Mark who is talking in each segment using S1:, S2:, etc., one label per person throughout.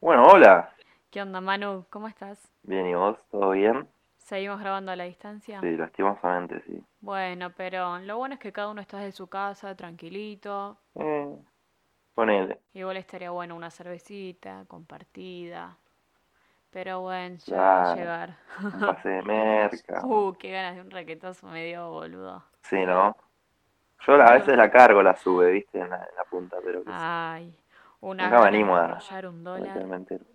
S1: Hola.
S2: ¿Qué onda, Manu? ¿Cómo estás?
S1: Bien, ¿y vos? ¿Todo bien?
S2: ¿Seguimos grabando a la distancia?
S1: Sí, lastimosamente, sí.
S2: Bueno, pero lo bueno es que cada uno está de su casa, tranquilito.
S1: Eh, ponele.
S2: Igual estaría bueno una cervecita compartida. Pero bueno, ya va a
S1: Claro.
S2: llegar.
S1: Un pase de merca.
S2: Uh, qué ganas de un raquetazo medio boludo.
S1: Sí, ¿no? Yo la- a veces la cargo, la sube, ¿viste? En la, en la punta, pero que
S2: Ah,
S1: sí.
S2: Ay, una
S1: Nunca me
S2: ganas de
S1: animo a-
S2: arrollar un
S1: No
S2: dólar.
S1: quiero mentir.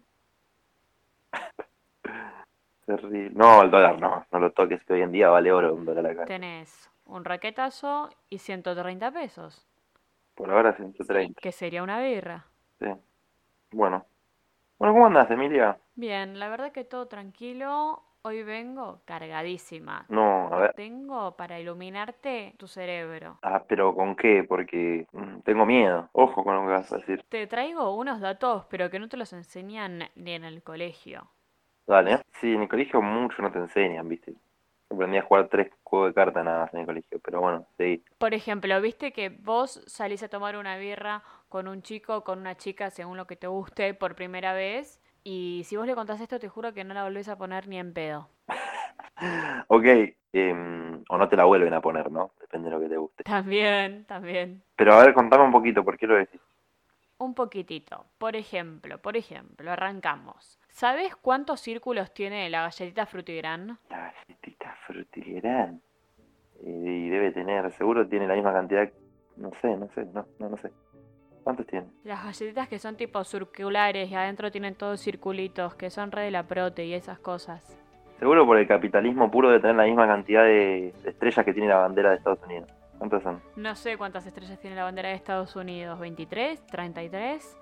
S1: Terrible. No, el dólar no. No lo toques, que hoy en día vale oro un dólar acá.
S2: Tenés un raquetazo y 130 pesos,
S1: Por ahora 130.
S2: que sería una birra.
S1: Sí. Bueno. Bueno, ¿cómo andás, Emilia?
S2: Bien, la verdad que todo tranquilo. Hoy vengo cargadísima.
S1: No, a ver.
S2: Tengo para iluminarte tu cerebro.
S1: Ah, pero ¿con qué? Porque mm, tengo miedo. Ojo con lo que vas a decir.
S2: Te traigo unos datos, pero que no te los enseñan ni en el colegio.
S1: Dale. Sí, en el colegio mucho no te enseñan, ¿viste? Aprendí a jugar tres juegos de cartas nada más en el colegio, pero bueno, sí.
S2: Por ejemplo, viste que vos salís a tomar una birra con un chico o con una chica, según lo que te guste, por primera vez. Y si vos le contás esto, te juro que no la volvés a poner ni en pedo.
S1: Ok, em, o no te la vuelven a poner, ¿no? Depende de lo que te guste.
S2: También, también.
S1: Pero a ver, contame un poquito, ¿por qué lo decís?
S2: Un poquitito. Por ejemplo, por ejemplo, arrancamos. ¿Sabés cuántos círculos tiene la galletita Frutigran?
S1: La galletita frutigerán. Y debe tener, seguro tiene la misma cantidad, no sé, no sé, no, no, no sé. ¿Cuántos tiene?
S2: Las galletitas que son tipo circulares y adentro tienen todos circulitos, que son re de la prote y esas cosas.
S1: Seguro por el capitalismo puro de tener la misma cantidad de de estrellas que tiene la bandera de Estados Unidos. ¿Cuántas son?
S2: No sé cuántas estrellas tiene la bandera de Estados Unidos, 23, 33.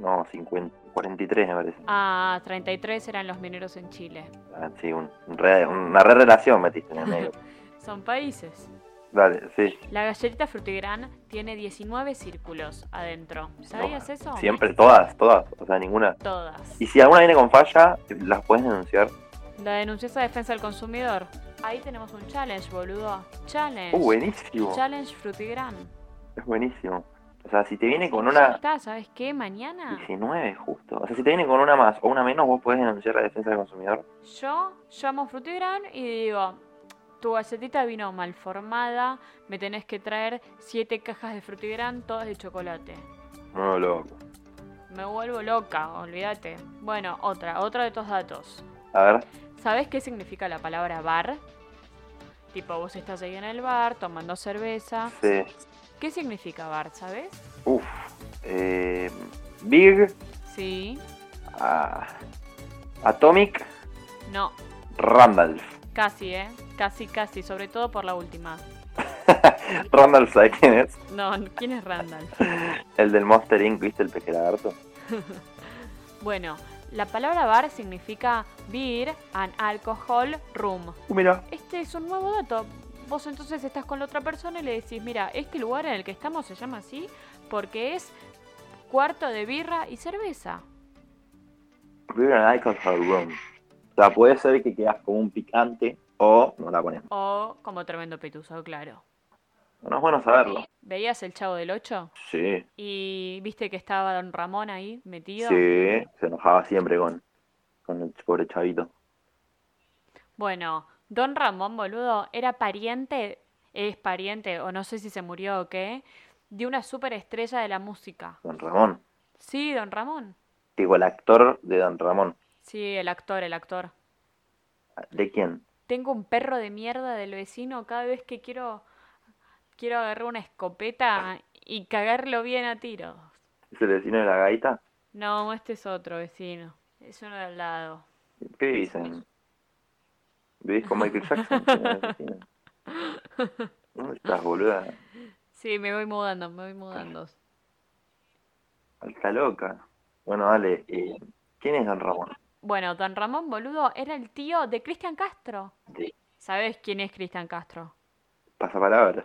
S1: No, 50, 43 me parece.
S2: Ah, 33 eran los mineros en Chile.
S1: Ah, sí, un- un re- una re relación metiste en el medio.
S2: Son países.
S1: Dale, sí.
S2: La galletita Frutigran tiene 19 círculos adentro. ¿Sabías
S1: No,
S2: eso?
S1: Siempre, todas, todas. O sea, ninguna.
S2: Todas.
S1: Y si alguna viene con falla, las puedes denunciar.
S2: La denunciosa defensa del consumidor. Ahí tenemos un challenge, boludo. Challenge.
S1: Uh, buenísimo.
S2: challenge Frutigran.
S1: Es buenísimo. O sea, si te viene con
S2: Ya
S1: una
S2: está, ¿sabes qué? Mañana.
S1: 19 justo. O sea, si te viene con una más o una menos, vos podés denunciar la defensa del consumidor.
S2: Yo llamo Frutigran y digo, tu galletita vino mal formada, me tenés que traer siete cajas de Frutigran, todas de chocolate.
S1: No, loco.
S2: Me vuelvo loca, olvídate. Bueno, otra, otra de tus datos.
S1: A ver.
S2: ¿Sabés qué significa la palabra bar? Tipo, vos estás ahí en el bar tomando cerveza.
S1: Sí.
S2: ¿Qué significa bar, sabes?
S1: Uf. Eh, Big.
S2: Sí.
S1: ah, Atomic.
S2: No,
S1: Randolph.
S2: casi, ¿eh? Casi, casi, sobre todo por la última.
S1: Randolph, ¿sabes quién es?
S2: No, ¿quién es Randall?
S1: El del Monster Inc. ¿Viste el peje lagarto?
S2: Bueno, la palabra bar significa beer and alcohol room.
S1: Uh, mira.
S2: Este es un nuevo dato. Vos entonces estás con la otra persona y le decís, mira, este lugar en el que estamos se llama así porque es cuarto de birra y cerveza.
S1: Beer and alcohol room. O sea, puede ser que quedas con un picante o no la pones.
S2: O como tremendo petuso, claro.
S1: No es bueno saberlo.
S2: ¿Veías el Chavo del 8?
S1: Sí.
S2: Y viste que estaba Don Ramón ahí metido.
S1: Sí. Se enojaba siempre con, con el pobre chavito.
S2: Bueno, Don Ramón, boludo, era pariente, es pariente, o no sé si se murió o qué, de una superestrella de la música.
S1: Don Ramón.
S2: Sí, Don Ramón.
S1: Digo, el actor de Don Ramón.
S2: Sí, el actor, el actor.
S1: ¿De quién?
S2: Tengo un perro de mierda del vecino cada vez que quiero quiero agarrar una escopeta y cagarlo bien a tiros.
S1: ¿Es el vecino de la gaita?
S2: No, este es otro vecino. Es uno de al lado.
S1: ¿Qué dicen? ¿Vivís con Michael Jackson? ¿Quién es el vecino? ¿Dónde estás, boluda?
S2: Sí, me voy mudando, me voy mudando.
S1: Alta loca. Bueno, dale. eh, ¿Quién es Don Ramón?
S2: Bueno, Don Ramón, boludo, era el tío de Cristian Castro.
S1: De
S2: ¿Sabes quién es Cristian Castro?
S1: pasapalabra.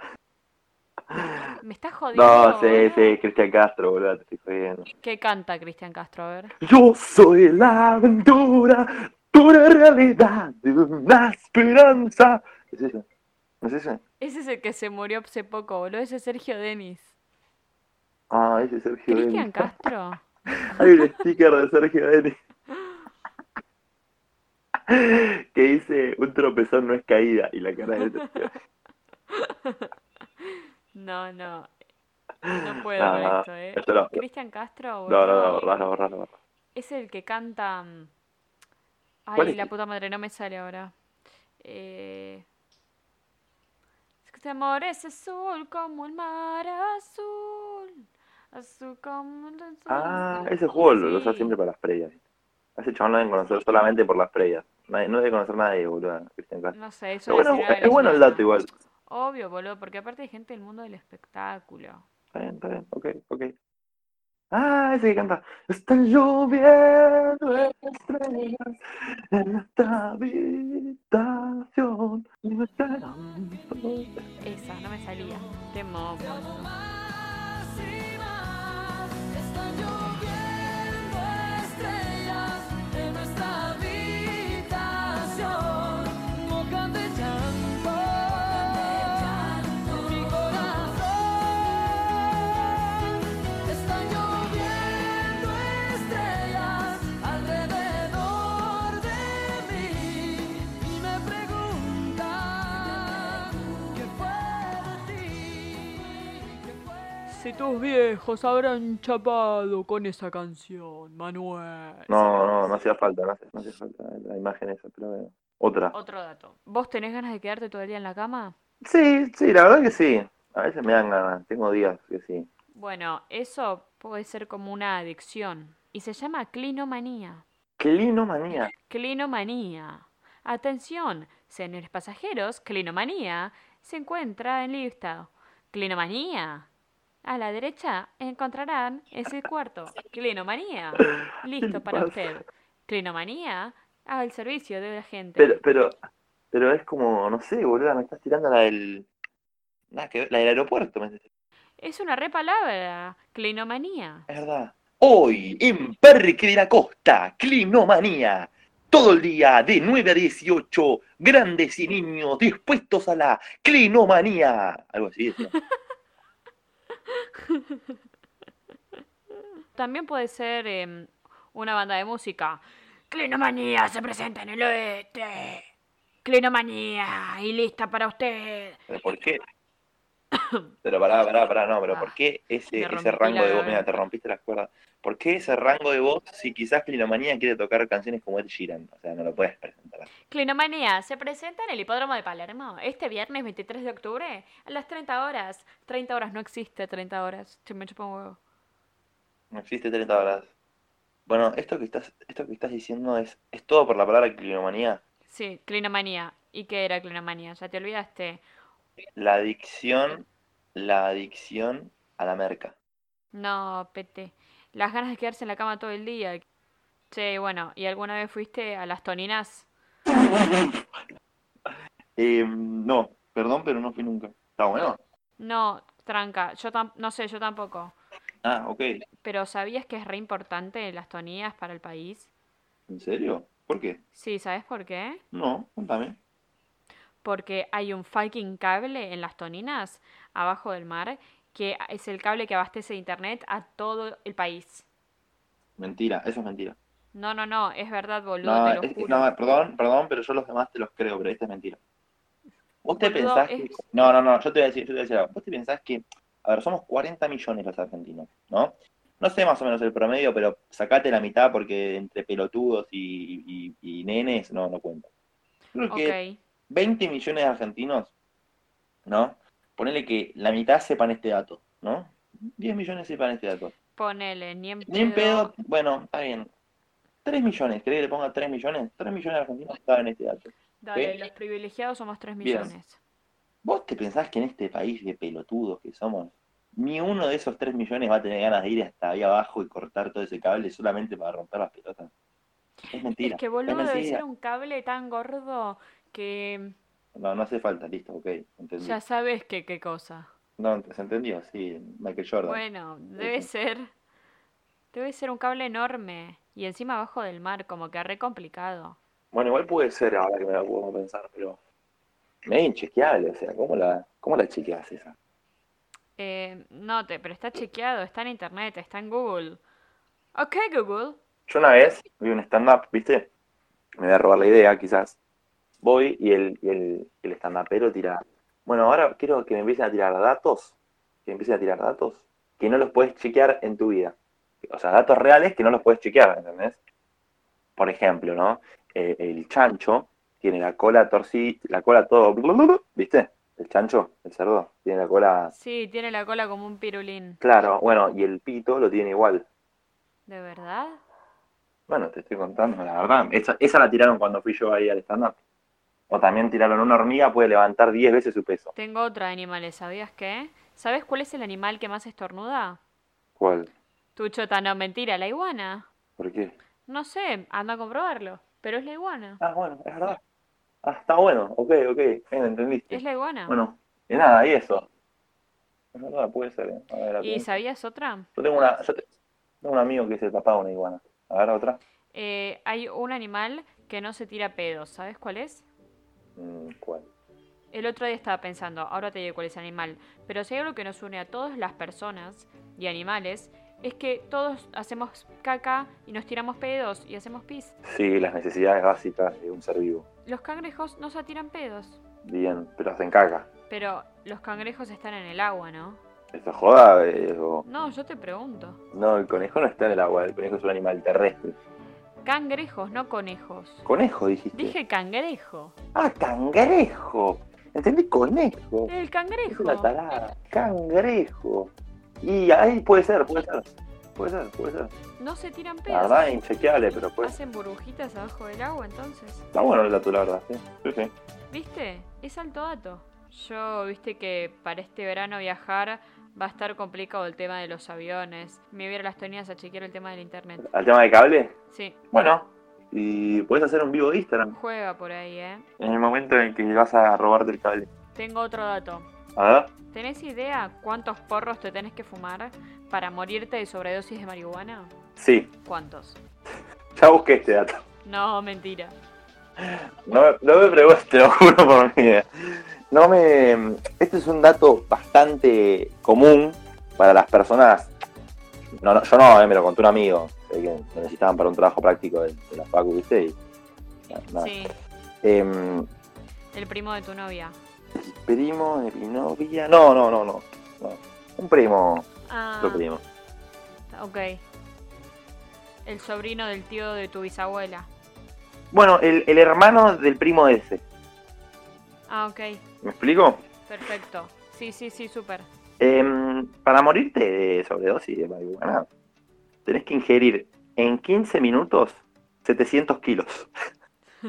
S2: Me estás jodiendo.
S1: No, sí,
S2: boludo?
S1: sí, Cristian Castro, boludo, te estoy jodiendo.
S2: ¿Qué canta Cristian Castro? A ver.
S1: Yo soy la aventura, pura realidad de una esperanza. ¿Es eso? ¿No es eso?
S2: Ese es el que se murió hace poco, boludo. Ese es Sergio Denis.
S1: Ah, ese es Sergio
S2: ¿Cristian
S1: Denis.
S2: Castro?
S1: Hay un sticker de Sergio Denis que dice un tropezón no es caída y la cara de este Sergio.
S2: No, no. No puedo
S1: No,
S2: con
S1: no,
S2: esto, ¿eh?
S1: esto no.
S2: Cristian Castro,
S1: No, no, no,
S2: boludo,
S1: borralo, borralo, borralo.
S2: es el que canta. mm,
S1: ¿Cuál
S2: Ay,
S1: es
S2: la
S1: el-
S2: puta madre, no me sale ahora. Eh... Es que este amor es azul como el mar azul. Azul como el azul.
S1: Ah, ese juego lo, lo usa
S2: Sí.
S1: siempre para las previas. A ese chabón lo deben conocer solamente por las previas. Nadie- no debe conocer nadie, boludo. Cristian Castro.
S2: No sé, eso
S1: Pero bueno, es bueno el dato igual.
S2: Obvio, boludo, porque aparte hay gente del mundo del espectáculo.
S1: Está bien, está bien. Ok, ok. Ah, ese que canta. Están lloviendo estrellas en esta habitación. Y me esperan todos.
S2: Esa, no me salía. Qué momo. eso.
S3: Más y más están lloviendo estrellas en nuestra habitación. Mojas de llanto, mi corazón. Están lloviendo estrellas alrededor de mí y me preguntan qué fue de ti, qué fue de ti.
S4: Si tus viejos habrán chapado con esa canción, Manuel.
S1: No, no, no hacía falta, no hacía, no hacía falta la imagen esa, pero bueno. Otra.
S2: Otro dato. ¿Vos tenés ganas de quedarte todo el día en la cama?
S1: Sí, sí, la verdad que sí. A veces me dan ganas, tengo días que sí.
S2: Bueno, eso puede ser como una adicción. Y se llama clinomanía.
S1: Clinomanía.
S2: Clinomanía. Atención, señores pasajeros, clinomanía se encuentra en lista. Clinomanía. A la derecha encontrarán ese cuarto. Clinomanía.
S1: ¿Qué le
S2: Listo para
S1: pasa?
S2: usted. Clinomanía al servicio de la gente.
S1: Pero, pero, pero es como, no sé, boludo, me estás tirando la del. Nada que ver, la del aeropuerto, me
S2: Es una repalabra. Clinomanía.
S1: Es verdad. Hoy, en Parque de la Costa, Clinomanía. Todo el día, de 9 a 18, grandes y niños dispuestos a la clinomanía. Algo así. decía.
S2: También puede ser em, una banda de música. Clinomanía se presenta en el oeste. Clinomanía y lista para usted.
S1: ¿Pero ¿Por qué? Pero pará, pará, pará, no, pero ¿por
S2: Ah,
S1: qué ese,
S2: me rompí
S1: ese rango
S2: la
S1: de voz? Mira,
S2: garganta.
S1: te rompiste las cuerdas. ¿Por qué ese rango de voz si quizás Clinomanía quiere tocar canciones como Ed Sheeran? O sea, no lo puedes presentar.
S2: Clinomanía se presenta en el Hipódromo de Palermo este viernes 23 de octubre a las 30 horas. 30 horas no existe, 30 horas. Se me chupa un huevo.
S1: No existe 30 horas. Bueno, esto que estás, esto que estás diciendo es, es todo por la palabra clinomanía.
S2: Sí, clinomanía. ¿Y qué era clinomanía? Ya te olvidaste.
S1: La adicción, la adicción a la merca.
S2: No, pete. Las ganas de quedarse en la cama todo el día. Che, bueno, ¿y alguna vez fuiste a las toninas?
S1: Eh, no, perdón, pero no fui nunca. ¿Está bueno?
S2: No, tranca. Yo tam- no sé, yo tampoco.
S1: Ah, ok.
S2: Pero ¿sabías que es re importante las tonías para el país?
S1: ¿En serio? ¿Por qué?
S2: Sí, ¿sabes por qué?
S1: No, contame.
S2: Porque hay un fucking cable en las toninas, abajo del mar, que es el cable que abastece internet a todo el país.
S1: Mentira, eso es mentira.
S2: No, no, no, es verdad, boludo,
S1: No,
S2: te lo
S1: es-
S2: juro.
S1: no, perdón, perdón, pero yo los demás te los creo, pero esta es mentira. ¿Vos te
S2: Boludo,
S1: pensás que...
S2: es-
S1: No, no, no, yo te voy a decir, yo te voy a decir algo. Vos te pensás que... A ver, somos 40 millones los argentinos, ¿no? No sé más o menos el promedio, pero sacate la mitad porque entre pelotudos y, y- y nenes no, no cuenta. Creo que
S2: Ok.
S1: 20 millones de argentinos, ¿no? Ponele que la mitad sepan este dato, ¿no? 10 millones sepan este dato.
S2: Ponele, ni en
S1: Ni en
S2: pedo.
S1: pedo, ¿eh? bueno, está bien. 3 millones, ¿querés que le ponga 3 millones? 3 millones de argentinos saben este dato.
S2: Dale,
S1: ¿Sí?
S2: los privilegiados somos 3
S1: Bien.
S2: millones.
S1: ¿Vos te pensás que en este país de pelotudos que somos, ni uno de esos 3 millones va a tener ganas de ir hasta ahí abajo y cortar todo ese cable solamente para romper las pelotas? Es mentira.
S2: Es que, boludo,
S1: es
S2: debe
S1: mentira.
S2: ser un cable tan gordo que
S1: No, no hace falta, listo, ok, entendí.
S2: ya sabes que qué cosa.
S1: No, se entendió, sí, Michael Jordan.
S2: Bueno, debe
S1: sí.
S2: ser. Debe ser un cable enorme. Y encima abajo del mar, como que re complicado.
S1: Bueno, igual puede ser ahora que me la puedo pensar, pero. Medio inchequeable, o sea, ¿cómo la, cómo la chequeas esa?
S2: Eh, no, te, pero está chequeado, está en internet, está en Google. Ok, Google.
S1: Yo una vez vi un stand-up, ¿viste? Me voy a robar la idea, quizás. Voy y el, y el, el stand-upero tira. Bueno, ahora quiero que me empiecen a tirar datos. Que empiecen a tirar datos que no los puedes chequear en tu vida. O sea, datos reales que no los puedes chequear, ¿entendés? Por ejemplo, ¿no? Eh, el chancho tiene la cola torcida, la cola todo. ¿Viste? El chancho, el cerdo, tiene la cola.
S2: Sí, tiene la cola como un pirulín.
S1: Claro, bueno, y el pito lo tiene igual.
S2: ¿De verdad?
S1: Bueno, te estoy contando, la verdad. Esa, esa la tiraron cuando fui yo ahí al stand-up. O también tiraron una hormiga, puede levantar 10 veces su peso.
S2: Tengo otro de animales, ¿sabías qué? ¿Sabes cuál es el animal que más estornuda?
S1: ¿Cuál?
S2: Tu chota, no, mentira, la iguana.
S1: ¿Por qué?
S2: No sé, anda a comprobarlo, pero es la iguana.
S1: Ah, bueno, es verdad. Ah, está bueno, ok, ok, eh, entendiste.
S2: Es la iguana.
S1: Bueno, y nada, y eso. Es verdad, puede ser. eh. A ver, la
S2: ¿Y
S1: pienso.
S2: sabías otra?
S1: yo tengo, una, yo te- tengo un amigo que es el papá de una iguana. A ver, otra.
S2: Eh, hay un animal que no se tira pedos, ¿sabes cuál es?
S1: Mm, ¿Cuál?
S2: El otro día estaba pensando, ahora te digo cuál es el animal, pero si hay algo que nos une a todas las personas y animales, es que todos hacemos caca y nos tiramos pedos y hacemos pis.
S1: Sí, las necesidades básicas de un ser vivo.
S2: Los cangrejos no se tiran pedos,
S1: Bien, pero hacen caca.
S2: pero los cangrejos están en el agua, ¿no?
S1: ¿Esto es joda? eh, o-
S2: No, yo te pregunto.
S1: No, el conejo no está en el agua, el conejo es un animal terrestre.
S2: Cangrejos, no conejos.
S1: Conejo, dijiste.
S2: Dije cangrejo.
S1: Ah, cangrejo. Entendí conejo.
S2: El
S1: Es una
S2: cangrejo.
S1: tarada. Cangrejo. Y ahí puede ser, puede ser. Puede ser, puede ser.
S2: No se tiran
S1: La
S2: pedos.
S1: verdad, inchequeable, pero pues.
S2: Hacen burbujitas abajo del agua entonces.
S1: Está bueno el dato, la verdad. Sí, sí. sí.
S2: ¿Viste? Es alto dato. Yo, viste que para este verano viajar va a estar complicado el tema de los aviones. Me viera las tonias a chequear el tema del internet.
S1: ¿Al tema de cable?
S2: Sí,
S1: Bueno. Y puedes hacer un vivo de Instagram
S2: juega por ahí, ¿eh?
S1: en el momento en que vas a robarte el cable.
S2: Tengo otro dato.
S1: A ver.
S2: ¿Tenés idea cuántos porros te tenés que fumar para morirte de sobredosis de marihuana?
S1: Sí,
S2: ¿Cuántos?
S1: ya busqué este dato.
S2: No, mentira.
S1: No, no me preguntes, te lo juro por mi vida. No me. Este es un dato bastante común para las personas. No, no, yo no, eh, me lo contó un amigo. eh, que me necesitaban para un trabajo práctico de, de la facu, ¿viste? Y, nada.
S2: Sí,
S1: Em,
S2: el primo de tu novia.
S1: primo de mi novia. No, no, no, no. no. Un primo,
S2: Ah,
S1: otro primo.
S2: ok. El sobrino del tío de tu bisabuela.
S1: Bueno, el, el hermano del primo de ese.
S2: Ah, ok.
S1: ¿Me explico?
S2: Perfecto. Sí, sí, sí, súper.
S1: Em, para morirte de sobredosis de marihuana, tenés que ingerir en 15 minutos 700 kilos.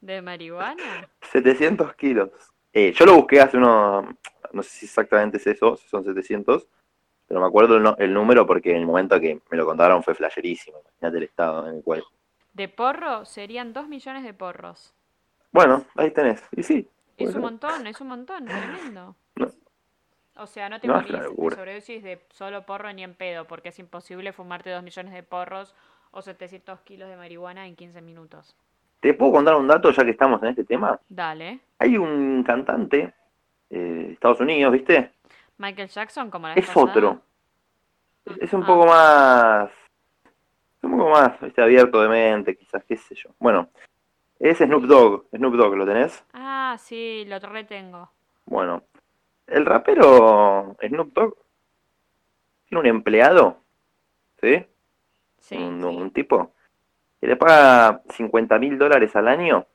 S2: ¿De marihuana?
S1: 700 kilos. Eh, yo lo busqué hace unos, no sé si exactamente es eso, si son 700, pero me acuerdo el, no- el número porque en el momento que me lo contaron fue flasherísimo, imagínate el estado en el cual.
S2: De porro serían dos millones de porros.
S1: Bueno, ahí tenés. Y sí,
S2: Es
S1: Bueno.
S2: un montón, es un montón, tremendo.
S1: No.
S2: O sea, no te
S1: No, es
S2: morís
S1: una
S2: de
S1: locura.
S2: sobredosis de solo porro ni en pedo, porque es imposible fumarte dos millones de porros o 700 kilos de marihuana en 15 minutos.
S1: te puedo contar un dato ya que estamos en este tema.
S2: Dale.
S1: Hay un cantante eh, de Estados Unidos, ¿viste?
S2: Michael Jackson, como la vez
S1: es
S2: pasada.
S1: otro. Es- Es un
S2: Ah.
S1: poco más. Es un poco más este, abierto de mente, quizás, qué sé yo. Bueno, es Snoop Dogg. Snoop Dogg, ¿lo tenés?
S2: Ah, sí, lo retengo.
S1: Bueno, el rapero Snoop Dogg tiene un empleado, ¿sí?
S2: Sí.
S1: un, un tipo que le paga 50 mil dólares al año,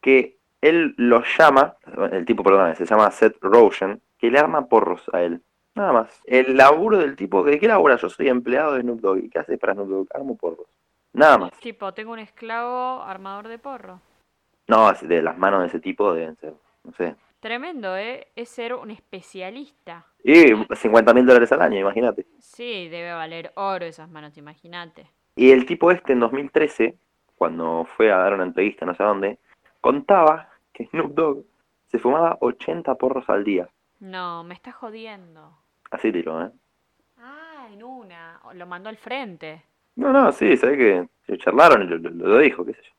S1: que él lo llama, el tipo, perdón, se llama Seth Rogen, que le arma porros a él. Nada más. El laburo del tipo, ¿de qué labura? Yo soy empleado de Snoop Dogg. ¿Y qué haces para Snoop Dogg? Armo porros. Nada más.
S2: Tipo, tengo un esclavo armador de porro.
S1: No, es de las manos de ese tipo deben ser, no sé.
S2: Tremendo, ¿eh? Es ser un especialista.
S1: Y 50 mil dólares al año, imagínate.
S2: Sí, debe valer oro esas manos, imagínate.
S1: Y el tipo este en 2013, cuando fue a dar una entrevista no sé a dónde, contaba que Snoop Dogg se fumaba 80 porros al día.
S2: No, me está jodiendo.
S1: Así te digo, ¿eh?
S2: Ah, en una. O Lo mandó al frente.
S1: No, no, sí, sabés que se charlaron y lo, lo- lo dijo, qué sé yo.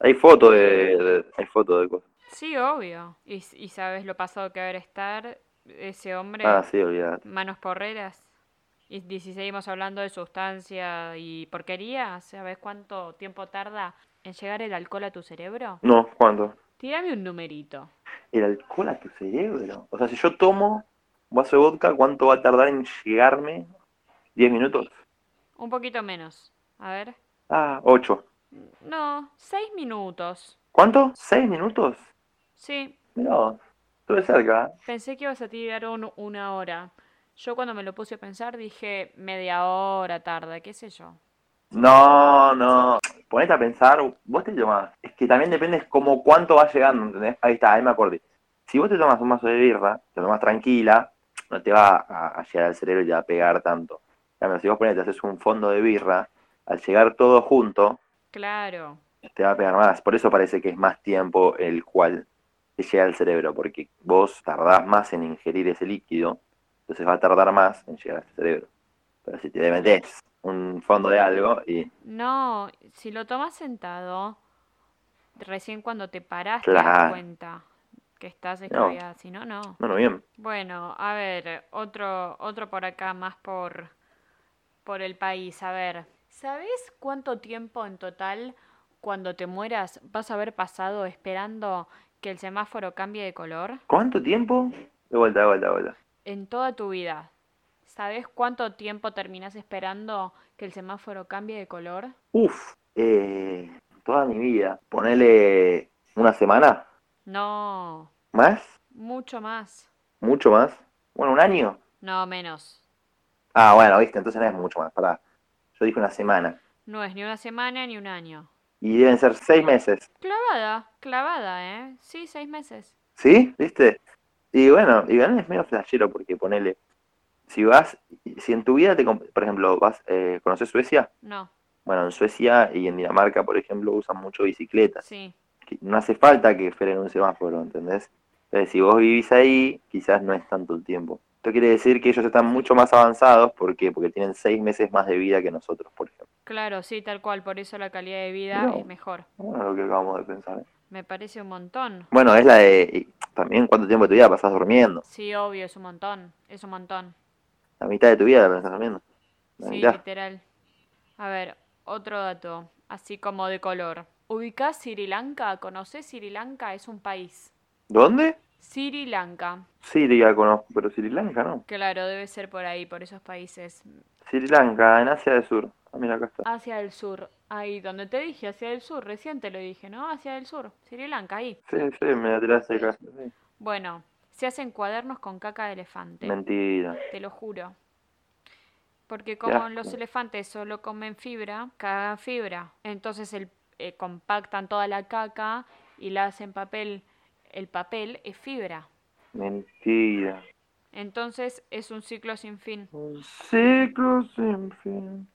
S1: Hay foto de, de- hay foto de cosas.
S2: Sí, obvio. Y, s- y sabes lo pasado que haber estar ese hombre,
S1: Ah, sí, olvidate.
S2: manos porreras. Y di- si seguimos hablando de sustancia y porquería, ¿sabes cuánto tiempo tarda en llegar el alcohol a tu cerebro?
S1: No, ¿cuándo?
S2: Tírame un numerito.
S1: El alcohol a tu cerebro. O sea, si yo tomo un vaso de vodka, ¿cuánto va a tardar en llegarme? ¿10 minutos?
S2: Un poquito menos. A ver.
S1: Ah, 8.
S2: No, seis minutos.
S1: ¿Cuánto? ¿6 minutos?
S2: Sí,
S1: Mirá, estuve cerca. ¿eh?
S2: pensé que ibas a tirar un- una hora. Yo cuando me lo puse a pensar dije media hora tarda, qué sé yo.
S1: No, no. Ponete a pensar, vos te tomás. Es que también depende como cuánto vas llegando, ¿entendés? Ahí está, ahí me acordé. Si vos te tomas un vaso de birra, te lo tomas tranquila, no te va a, a llegar al cerebro y te va a pegar tanto. Cambio, si vos ponete, haces un fondo de birra, al llegar todo junto,
S2: Claro.
S1: te va a pegar más. Por eso parece que es más tiempo el cual te llega al cerebro, porque vos tardás más en ingerir ese líquido, entonces va a tardar más en llegar al cerebro. Pero si te metes un fondo de algo y
S2: No, si lo tomas sentado, recién cuando te parás te das
S1: Claro.
S2: cuenta que estás
S1: No.
S2: escabeada, si no, no.
S1: Bueno, bien.
S2: Bueno, a ver, otro, otro por acá, más por, por el país. A ver, ¿sabes cuánto tiempo en total cuando te mueras vas a haber pasado esperando que el semáforo cambie de color?
S1: ¿Cuánto tiempo? De vuelta, de vuelta, de vuelta.
S2: En toda tu vida. ¿Sabes cuánto tiempo terminás esperando que el semáforo cambie de color?
S1: Uf, eh, toda mi vida. Ponele una semana
S2: No,
S1: más,
S2: mucho más.
S1: mucho más. Bueno, un año.
S2: No, menos.
S1: Ah, bueno, viste, entonces no es mucho más. Pará. Yo dije una semana.
S2: No es ni una semana ni un año.
S1: Y deben ser seis meses.
S2: Clavada, clavada, ¿eh? Sí, seis meses.
S1: ¿Sí? ¿Viste? Y bueno, y ganar es medio flashero porque ponele. Si vas, si en tu vida te. comp- Por ejemplo, vas, eh, ¿conoces Suecia?
S2: No,
S1: Bueno, en Suecia y en Dinamarca, por ejemplo, usan mucho bicicletas.
S2: sí.
S1: que no hace falta que frenen un semáforo, ¿entendés? Entonces, si vos vivís ahí, quizás no es tanto el tiempo. Esto quiere decir que ellos están mucho más avanzados, ¿por qué? Porque tienen seis meses más de vida que nosotros, por ejemplo.
S2: Claro, sí, tal cual. Por eso la calidad de vida
S1: Mirá
S2: es
S1: vos.
S2: mejor.
S1: Bueno, lo que acabamos de pensar. ¿eh?
S2: Me parece un montón.
S1: Bueno, es la de y también cuánto tiempo de tu vida pasás durmiendo.
S2: Sí, obvio, es un montón. Es un montón.
S1: La mitad de tu vida la pasás durmiendo. La
S2: Sí,
S1: mitad.
S2: literal. A ver, otro dato, así como de color. ¿Ubicás Sri Lanka? ¿Conocés Sri Lanka? Es un país.
S1: ¿Dónde?
S2: Sri Lanka.
S1: Siria conozco, pero Sri Lanka no.
S2: Claro, debe ser por ahí, por esos países.
S1: Sri Lanka, en Asia del Sur. Ah, mira, acá está.
S2: Hacia el sur. Ahí, donde te dije, hacia el sur. Recién te lo dije, ¿no? Hacia el sur. Sri Lanka, ahí.
S1: Sí, sí, me la tiraste acá. Sí.
S2: Bueno, se hacen cuadernos con caca de elefante.
S1: Mentira.
S2: Te lo juro. Porque como
S1: asco.
S2: los elefantes solo comen fibra, cagan fibra. Entonces el- eh, compactan toda la caca y la hacen papel. El papel es fibra.
S1: Mentira.
S2: Entonces es un ciclo sin fin.
S1: Un ciclo sin fin.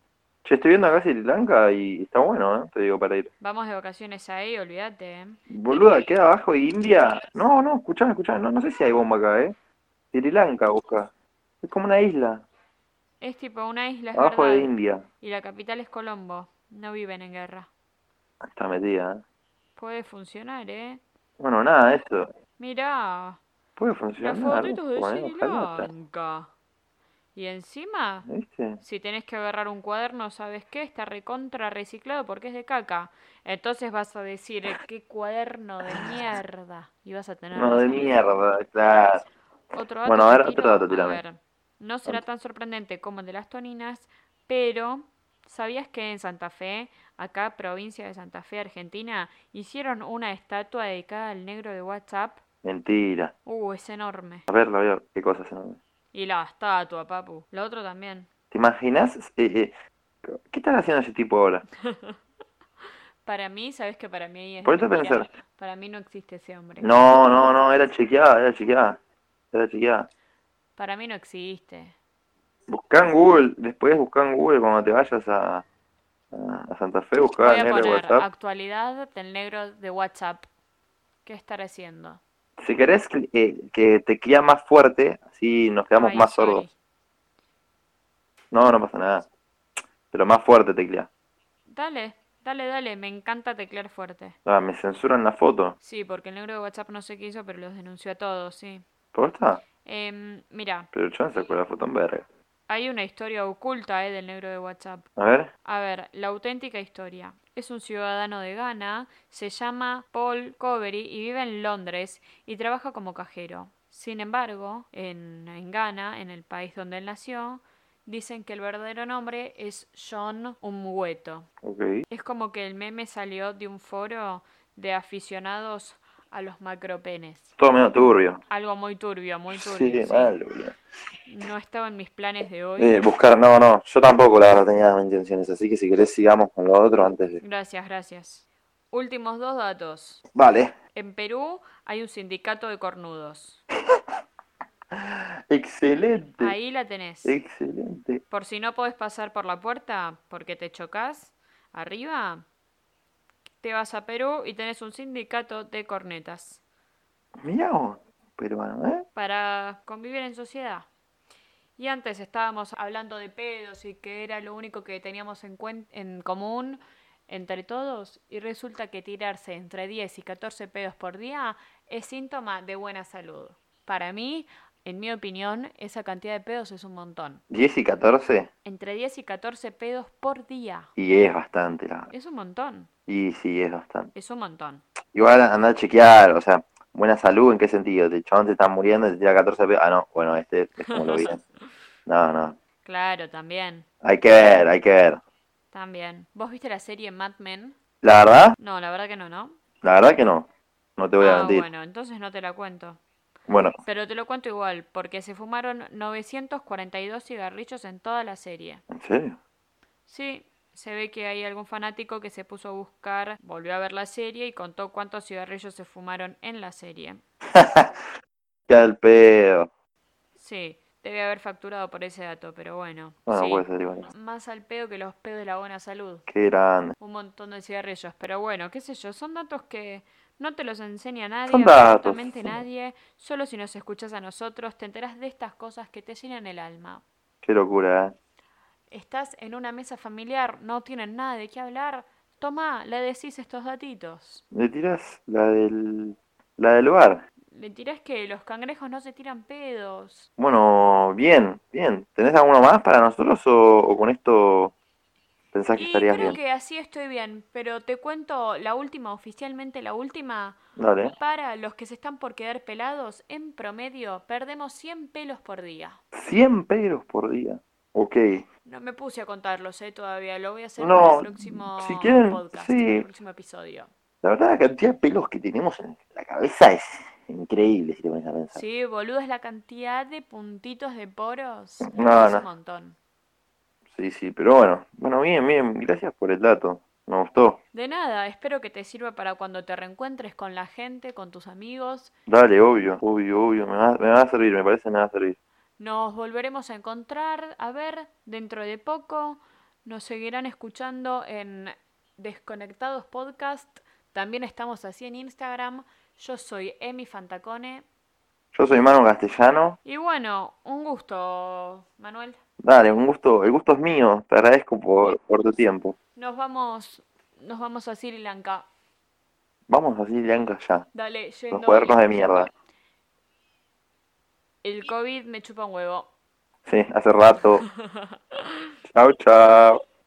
S1: Che, estoy viendo acá Sri Lanka y está bueno, ¿eh? Te digo para ir.
S2: Vamos de vacaciones ahí, olvídate. ¿eh?
S1: Boluda, queda abajo India. No, no, escuchá, escuchá. No, no sé si hay bomba acá, ¿eh? Sri Lanka, busca. Es como una isla,
S2: Es tipo una isla, es
S1: abajo de
S2: verdad.
S1: India.
S2: Y la capital es Colombo. No viven en guerra.
S1: Está metida, ¿eh?
S2: Puede funcionar, ¿eh?
S1: Bueno, nada, eso.
S2: Mirá,
S1: Puede
S2: las
S1: funcionar.
S2: fotitos de
S1: bueno,
S2: Sri
S1: ojalá,
S2: Lanka. Y encima,
S1: ¿Viste?
S2: Si tenés que agarrar un cuaderno, ¿sabes qué? Está recontra reciclado porque es de caca. Entonces vas a decir, eh, qué cuaderno de mierda. Y vas a tener.
S1: No, de
S2: razón.
S1: mierda, claro.
S2: Otro dato
S1: Bueno, a
S2: te
S1: ver,
S2: tiro.
S1: otro dato,
S2: A
S1: tírame.
S2: ver, no será tan sorprendente como el de las toninas, pero ¿sabías que en Santa Fe, acá provincia de Santa Fe, Argentina, hicieron una estatua dedicada al negro de WhatsApp?
S1: Mentira.
S2: Uh, es enorme.
S1: A ver, a ver, qué cosas. ¿no?
S2: Y la estatua, papu. Lo otro también.
S1: ¿Te imaginas? Eh, eh, ¿Qué están haciendo ese tipo ahora?
S2: Para mí, sabes que para mí es
S1: Ponete a
S2: mentira.
S1: pensar.
S2: Para mí no existe ese hombre.
S1: No, no, no, era chequeada, era chequeada. Era chequeada.
S2: Para mí no existe.
S1: Buscá en Google, después buscá en Google cuando te vayas a, a- a Santa Fe, buscá
S2: Voy
S1: en
S2: a
S1: el
S2: poner
S1: WhatsApp.
S2: actualidad del negro de WhatsApp. ¿Qué estará haciendo?
S1: Si querés que, eh, que te quede más fuerte, así nos quedamos
S2: Ay,
S1: más
S2: sorry.
S1: sordos. No, no pasa nada. Pero más fuerte teclea.
S2: Dale, dale, dale. Me encanta teclear fuerte.
S1: Ah, me censuran la foto.
S2: Sí, porque el negro de WhatsApp no sé qué hizo, pero los denunció a todos, sí.
S1: ¿Por está?
S2: Em, mira,
S1: Pero yo no saco la foto en verga.
S2: Hay una historia oculta eh, del negro de WhatsApp.
S1: A ver.
S2: A ver, la auténtica historia. Es un ciudadano de Ghana, se llama Paul Covery y vive en Londres y trabaja como cajero. Sin embargo, en, en Ghana, en el país donde él nació, dicen que el verdadero nombre es John Umweto.
S1: Ok.
S2: Es como que el meme salió de un foro de aficionados a los macropenes.
S1: Todo medio turbio.
S2: Algo muy turbio, muy
S1: Sí,
S2: turbio. sí.
S1: mal, boludo.
S2: No estaba en mis planes de hoy.
S1: Eh, buscar, no, no, yo tampoco la verdad tenía intenciones, así que si querés sigamos con lo otro antes de...
S2: Gracias, gracias. Últimos dos datos.
S1: Vale,
S2: En Perú hay un sindicato de cornudos.
S1: excelente,
S2: Ahí la tenés.
S1: excelente.
S2: Por si no podés pasar por la puerta porque te chocas arriba, te vas a Perú y tenés un sindicato de cornetas
S1: Mirá vos, peruano, ¿eh?
S2: para convivir en sociedad. Y antes estábamos hablando de pedos y que era lo único que teníamos en, cuen- en común entre todos y resulta que tirarse entre 10 y 14 pedos por día es síntoma de buena salud. Para mí, en mi opinión, esa cantidad de pedos es un montón.
S1: 10 y 14,
S2: Entre 10 y 14 pedos por día.
S1: y es bastante, la...
S2: Es un montón,
S1: y sí, es bastante.
S2: es un montón.
S1: Igual andar a chequear, o sea, buena salud, ¿en qué sentido? El chabón te está muriendo y te tira 14 pesos, ah, no, bueno, este es como lo vi. No, no,
S2: Claro, también,
S1: hay que ver, hay que ver.
S2: también. ¿Vos viste la serie Mad Men?
S1: La verdad,
S2: No, la verdad que no, ¿no?
S1: la verdad que no, no te voy a
S2: ah,
S1: mentir.
S2: bueno, entonces no te la cuento.
S1: Bueno,
S2: Pero te lo cuento igual, porque se fumaron 942 cigarrillos en toda la serie.
S1: ¿en serio?
S2: Sí, se ve que hay algún fanático que se puso a buscar, volvió a ver la serie y contó cuántos cigarrillos se fumaron en la serie.
S1: Ya el pedo.
S2: Sí, debe haber facturado por ese dato, pero bueno.
S1: Bueno,
S2: sí,
S1: Ah, puede ser igual.
S2: más al pedo que los pedos de la buena salud.
S1: Qué grande.
S2: Un montón de cigarrillos, pero bueno, qué sé yo, son datos que no te los enseña nadie,
S1: Son datos,
S2: absolutamente
S1: son-
S2: nadie. Solo si nos escuchas a nosotros te enterás de estas cosas que te llenan el alma.
S1: Qué locura, ¿eh?
S2: Estás en una mesa familiar, no tienen nada de qué hablar. Tomá, le decís estos datitos.
S1: Le tirás la del, la del bar.
S2: Le tirás que los cangrejos no se tiran pedos.
S1: Bueno, bien, bien. ¿Tenés alguno más para nosotros o, o con esto pensás Ah, que
S2: Y
S1: estarías
S2: creo
S1: bien?
S2: que así estoy bien, pero te cuento la última, oficialmente la última.
S1: Dale.
S2: Para los que se están por quedar pelados, en promedio perdemos 100 pelos por día.
S1: 100 pelos por día. Ok.
S2: No me puse a contarlos eh, todavía, lo voy a hacer
S1: No,
S2: en el próximo
S1: si quieren,
S2: podcast,
S1: sí.
S2: en el próximo episodio.
S1: La verdad, la cantidad de pelos que tenemos en la cabeza es increíble si te pones a pensar.
S2: Sí, boludo, es la cantidad de puntitos de poros.
S1: No,
S2: es
S1: no.
S2: un montón.
S1: Sí, sí, pero bueno. Bueno, bien, bien. Gracias por el dato. Me gustó.
S2: De nada, espero que te sirva para cuando te reencuentres con la gente, con tus amigos.
S1: Dale, obvio, obvio, obvio. Me va, me va a servir, me parece me va a servir.
S2: Nos volveremos a encontrar, a ver, dentro de poco. Nos seguirán escuchando en Desconectados Podcast. También estamos así en Instagram. Yo soy Emi Fantacone.
S1: Yo soy Manu Castellano.
S2: Y bueno, un gusto, Manuel.
S1: Dale, un gusto, el gusto es mío, te agradezco por, por tu tiempo.
S2: Nos vamos, nos vamos a Sri Lanka.
S1: Vamos a Sri Lanka ya,
S2: Dale, yendo.
S1: los cuadernos de mierda.
S2: El COVID me chupa un huevo.
S1: Sí, hace rato. Chao, chao.